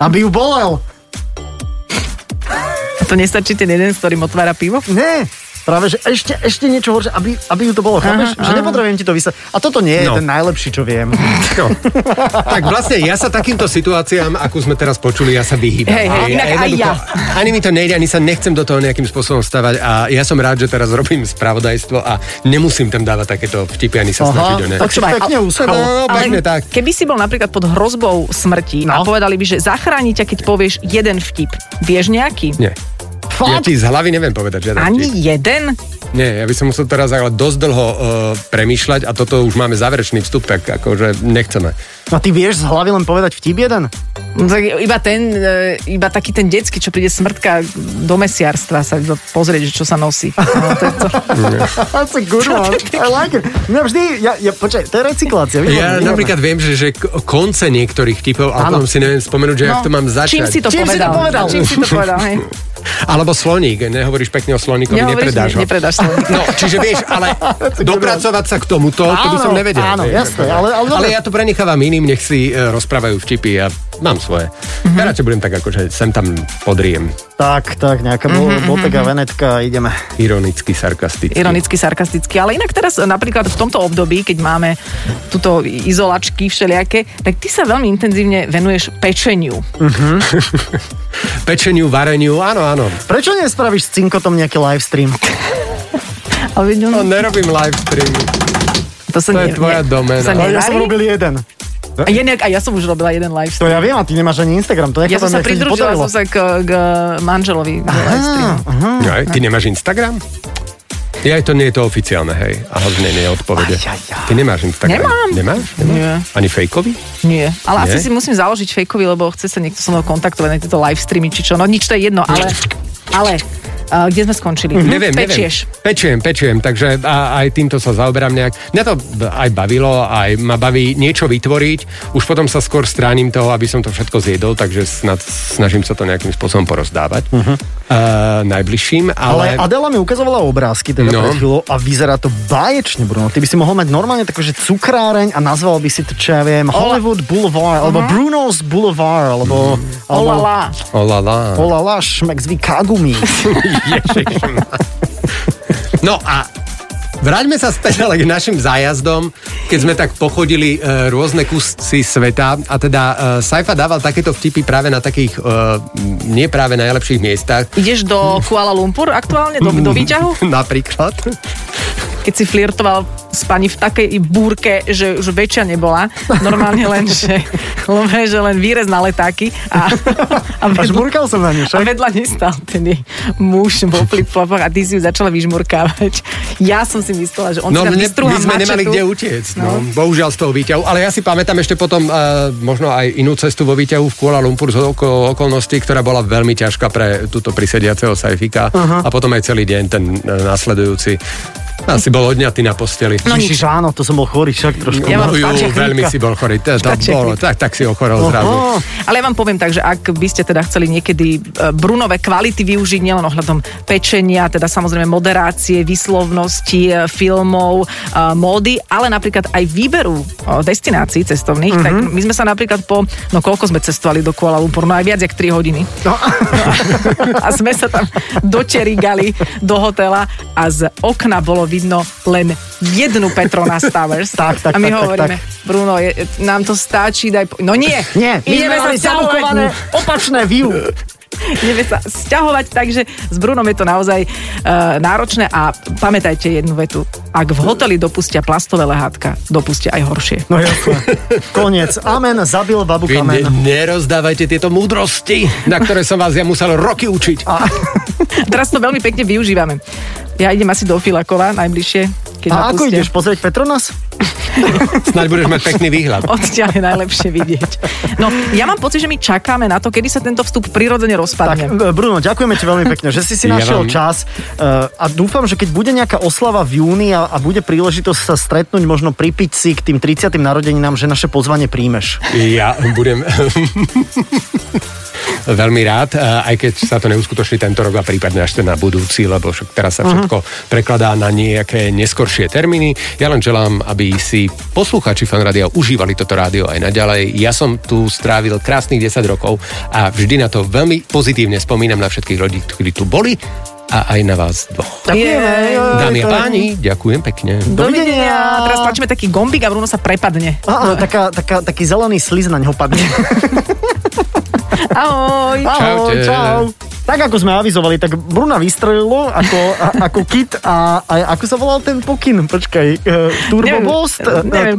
S2: Aby ju bolel.
S3: A to nestačí ten jeden, s ktorým otvára pivo?
S2: Nie. Práve, že ešte, ešte niečo horšie, aby, aby ju to bolo, chápeš? Že nepotrebujem ti to vysať. A toto nie je
S4: No.
S2: ten najlepší, čo viem.
S4: No. Tak vlastne ja sa takýmto situáciám, akú sme teraz počuli, ja sa vyhýbam.
S3: Hej, hej, inak aj
S4: jednoducho,
S3: ja.
S4: Ani mi to nejde, ani sa nechcem do toho nejakým spôsobom stavať a ja som rád, že teraz robím spravodajstvo a nemusím tam dávať takéto vtipy, ani
S2: Aha,
S4: sa snažiť o ne.
S2: tak si
S3: Počúvaj,
S2: pekne uschol.
S4: No, pekne tak.
S3: keby si bol napríklad pod hrozbou smrti no.
S2: No.
S3: a povedali by, že zachráni ťa, keď povieš jeden vtip. Vieš nejaký?
S4: Nie. Ja ti z hlavy neviem povedať žiaden
S3: Ani
S4: vtip.
S3: jeden?
S4: Nie, ja by som musel teraz ale dosť dlho uh, premýšľať a toto už máme záverečný vstup, tak akože nechceme.
S2: No ty vieš z hlavy len povedať vtip jeden?
S3: No, Tak iba ten, e, iba taký ten detský, čo príde smrtka do mesiarstva sa iba pozrieť, že čo sa nosí. No, to je to.
S2: That's a good one. I like it. Mňa vždy, ja, ja, počkaj, to je recyklácia.
S3: No,
S4: Ja
S2: výborné,
S4: napríklad viem, že, že k- konce niektorých typov, ale
S2: Áno.
S4: potom si neviem spomenúť, že no. jak to mám začať.
S3: Čím si to
S2: Čím si to
S3: povedal?
S2: povedal?
S3: Čím si to povedal? Hej.
S4: Alebo sloník, nehovoríš pekne o sloníkovi,
S3: Nehovoríš,
S4: nepredáš ho.
S3: ne- nepredáš sa.
S4: No, čiže vieš, ale dopracovať sa k tomuto, to by som
S2: Áno,
S4: nevedel.
S2: áno,
S4: vieš,
S2: jasné,
S4: akože.
S2: ale- ale dobre.
S4: ale ja to prenechávam iným, nech si e, rozprávajú vtipy a mám svoje.
S2: Mhm.
S4: Mm-hmm. Ja radšej budem tak akože sem tam podriem.
S2: Tak, tak, nejaká mm-hmm, Bottega Venetka, ideme.
S4: Ironicky, sarkasticky.
S3: ironicky, sarkasticky. Ale inak teraz e, napríklad v tomto období, keď máme tuto izolačky všelijaké, tak ty sa veľmi intenzívne venuješ pečeniu.
S4: Pečeniu, vareniu, áno, áno.
S2: Prečo nespravíš s Cinkotom nejaký live stream?
S3: Ale veď
S4: No,
S3: on,
S4: nerobím live streamy.
S3: to sa
S4: to je
S3: ne-
S4: tvoja
S3: ne-
S4: doména.
S3: Sa
S4: Ale
S2: Ale No, ja som
S3: robil...
S2: robil jeden.
S3: a, ja nejak, a ja som už robila jeden live
S2: To
S3: stream.
S2: ja viem, a ty nemáš ani Instagram, to nechápem,
S3: Ja som sa
S2: jak ti
S3: pridružila
S2: podarilo.
S3: som sa k, k manželovi. K live streamu.
S4: No,
S2: Mhm.
S4: aj, ty nemáš Instagram? Ja to nie je to oficiálne, hej. A hodne nie je odpovede.
S2: Aj, aj, aj.
S4: Ty nemáš Instagram?
S3: Nemám.
S4: Nemáš? nemáš?
S3: Nie.
S4: Ani fejkový?
S3: Nie, ale
S4: Nie?
S3: asi si musím založiť fejkový, lebo chce sa niekto so mnou kontaktovať na tieto live streamy či čo. No nič, to je jedno, ale... ale A kde sme skončili? Hm,
S4: Mhm. Neviem,
S3: Pečieš.
S4: neviem. Pečujem, pečujem, takže a, aj týmto sa zaoberám nejak. Mňa to aj bavilo, aj ma baví niečo vytvoriť. Už potom sa skôr stránim toho, aby som to všetko zjedol, takže snad, snažím sa to nejakým spôsobom porozdávať uh-huh. uh, najbližším,
S2: Ale
S4: ale...
S2: Adela mi ukazovala obrázky teda no.
S4: No.
S2: pred chvíľou a vyzerá to báječne, Bruno. Ty by si mohol mať normálne takože cukráreň a nazval by si to, čo ja viem, Hollywood Boulevard, alebo Bruno's Boulevard, alebo... alebo
S3: Mhm. Olala.
S4: Oh Olala.
S2: Olala, šmek z kagumi.
S4: No a Vráťme sa späť ale k našim zájazdom, keď sme tak pochodili e, rôzne kusy sveta a teda e, Saifa dával takéto vtipy práve na takých e, m, nie práve najlepších miestach,
S3: Ideš do Kuala Lumpur aktuálne, do, do výťahu?
S4: napríklad.
S3: keď si flirtoval s pani v takej i búrke, že už väčšia nebola. Normálne len, že, len, že len výrez na letáky a, a,
S2: Až
S3: vedľa,
S2: burkal som na ňu,
S3: a
S2: však?
S3: vedľa nestal ten jej muž vo flip-flopoch a ty si ju začala vyžmurkávať. Ja som si myslela, že on si
S4: No,
S3: tam
S4: mne,
S3: vystrúha
S4: my sme
S3: mačetu.
S4: nemali kde utiecť, no. no. Bohužiaľ z toho výťahu. Ale ja si pamätám ešte potom uh, možno aj inú cestu vo výťahu v Kuala Lumpur z oko, okolností, ktorá bola veľmi ťažká pre túto prisediaceho sajfika. Uh-huh. A potom aj celý deň ten uh, nasledujúci. Asi bol odňatý na posteli.
S2: No Ježiš, áno, to som bol chorý však trošku. No,
S3: Ja mám
S4: Ju,
S3: štáčia chrípka.
S4: veľmi si bol chorý. To, to
S3: Štáčia
S4: bolo, tak, tak si ochorel zrazu.
S2: Oho.
S3: Ale ja vám poviem tak, že ak by ste teda chceli niekedy e, brunové kvality využiť nielen ohľadom pečenia, teda samozrejme moderácie, výslovnosti, e, filmov, e, módy, ale napríklad aj výberu e, destinácií cestovných, mm-hmm. tak
S2: Mhm.
S3: my sme sa napríklad po, no koľko sme cestovali do Kuala Lumpur, no aj viac jak 3 hodiny.
S2: No.
S3: a sme sa tam dočerigali do hotela a z okna bolo vidno len jednu Petronas Towers.
S2: Tak, tak,
S3: a
S2: tak,
S3: my
S2: tak,
S3: hovoríme, Bruno, je, nám to stáčí, daj... Po... No nie,
S2: Nie, my sme
S3: ideme
S2: mali
S3: sa ťahovať.
S2: zabukované opačné view.
S3: Ideme sa sťahovať, takže s Brunom je to naozaj e, náročné a pamätajte jednu vetu. Ak v hoteli dopustia plastové lehátka, dopustia aj horšie.
S2: No jasné. Koniec. Amen, zabil babu
S4: Vy ne,
S2: kamen.
S4: nerozdávajte tieto múdrosti, na ktoré som vás ja musel roky učiť.
S3: Teraz to veľmi pekne využívame. Ja idem asi do Filakova najbližšie, keď
S2: A
S3: ma
S2: ako
S3: pustia.
S2: ideš pozrieť Petronas?
S4: Snaď budeš mať pekný výhľad.
S3: Odtiaľ je najlepšie vidieť. No, ja mám pocit, že my čakáme na to, kedy sa tento vstup prirodzene
S2: Tak,
S3: rozpadne.
S2: e, Bruno, ďakujeme ti veľmi pekne, že si si
S4: Ja
S2: našiel
S4: vám-
S2: čas e, a dúfam, že keď bude nejaká oslava v júni a, a bude príležitosť sa stretnúť, možno pripiť si k tým 30. narodeninám, že naše pozvanie príjmeš.
S4: Ja budem veľmi rád, eh, aj keď sa to neuskutoční tento rok a prípadne až ten na budúci, lebo však teraz sa všetko prekladá na nejaké neskoršie termíny. Ja len želám, aby si poslucháči fan rádia užívali toto rádio aj naďalej. Ja som tu strávil krásnych 10 rokov a vždy na to veľmi pozitívne spomínam na všetkých ľudí, ktorí tu boli a aj na vás dvoch.
S3: Jej.
S4: Dámy a páni, ďakujem pekne.
S3: Dovidenia. Teraz páčime taký gombík a Bruno sa prepadne.
S2: A, a, taká, taká, taký zelený sliz na neho padne.
S3: Ahoj.
S2: Ahoj,
S4: Čaute.
S2: čau. Tak ako sme avizovali, tak Bruna vystrelilo ako, a, ako kit a, a ako sa volal ten pokyn? Počkaj, e, Turbo
S3: Neviem,
S2: Boost?
S3: neviem,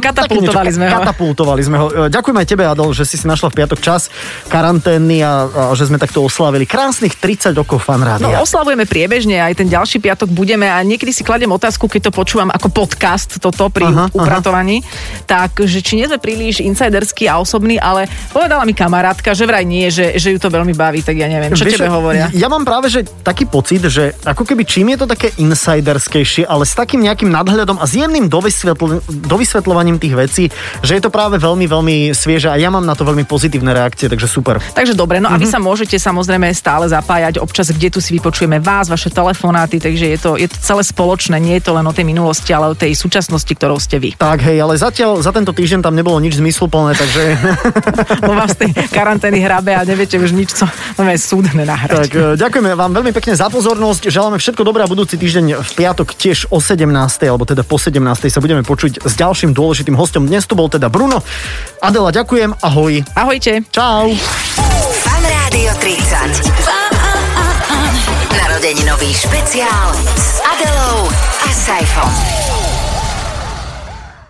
S2: E, také
S3: katapultovali
S2: niečo,
S3: sme ho.
S2: Katapultovali sme ho. E, Ďakujem aj tebe, Adol, že si si našla v piatok čas karanténny a, a že sme takto oslavili krásnych 30 rokov fan
S3: No,
S2: rádia.
S3: oslavujeme priebežne, aj ten ďalší piatok budeme a niekedy si kladem otázku, keď to počúvam ako podcast toto pri
S2: Aha, aha.
S3: aha, upratovaní, aha. tak, že či nie sme príliš insiderský a osobný, ale povedala mi kamarátka, že vraj nie, že, že ju to veľmi baví, tak ja neviem, čo
S2: Vieš,
S3: tebe hovoria.
S2: Ja mám práve že taký pocit, že ako keby čím je to také insiderskejšie, ale s takým nejakým nadhľadom a s jemným dovysvetl- dovysvetľovaním tých vecí, že je to práve veľmi, veľmi svieže a ja mám na to veľmi pozitívne reakcie, takže super.
S3: Takže dobre, no a
S2: Mhm.
S3: vy sa môžete samozrejme stále zapájať občas, kde tu si vypočujeme vás, vaše telefonáty, takže je to, je to celé spoločné, nie je to len o tej minulosti, ale o tej súčasnosti, ktorou ste vy.
S2: Tak hej, ale zatiaľ za tento týždeň tam nebolo nič zmysluplné, takže
S3: Lebo vás z tej karantény hrabe a neviete už nič, co máme súdne nahrať.
S2: tak, e, ďakujeme vám veľmi pekne za pozornosť. Želáme všetko dobré a budúci týždeň v piatok tiež o 17. alebo teda po 17. sa budeme počuť s ďalším dôležitým hostom. Dnes tu bol teda Bruno. Adela, ďakujem. Ahoj.
S3: Ahojte.
S2: Čau.
S1: Fan Rádio 30. Narodeninový špeciál s Adelou a Saifom.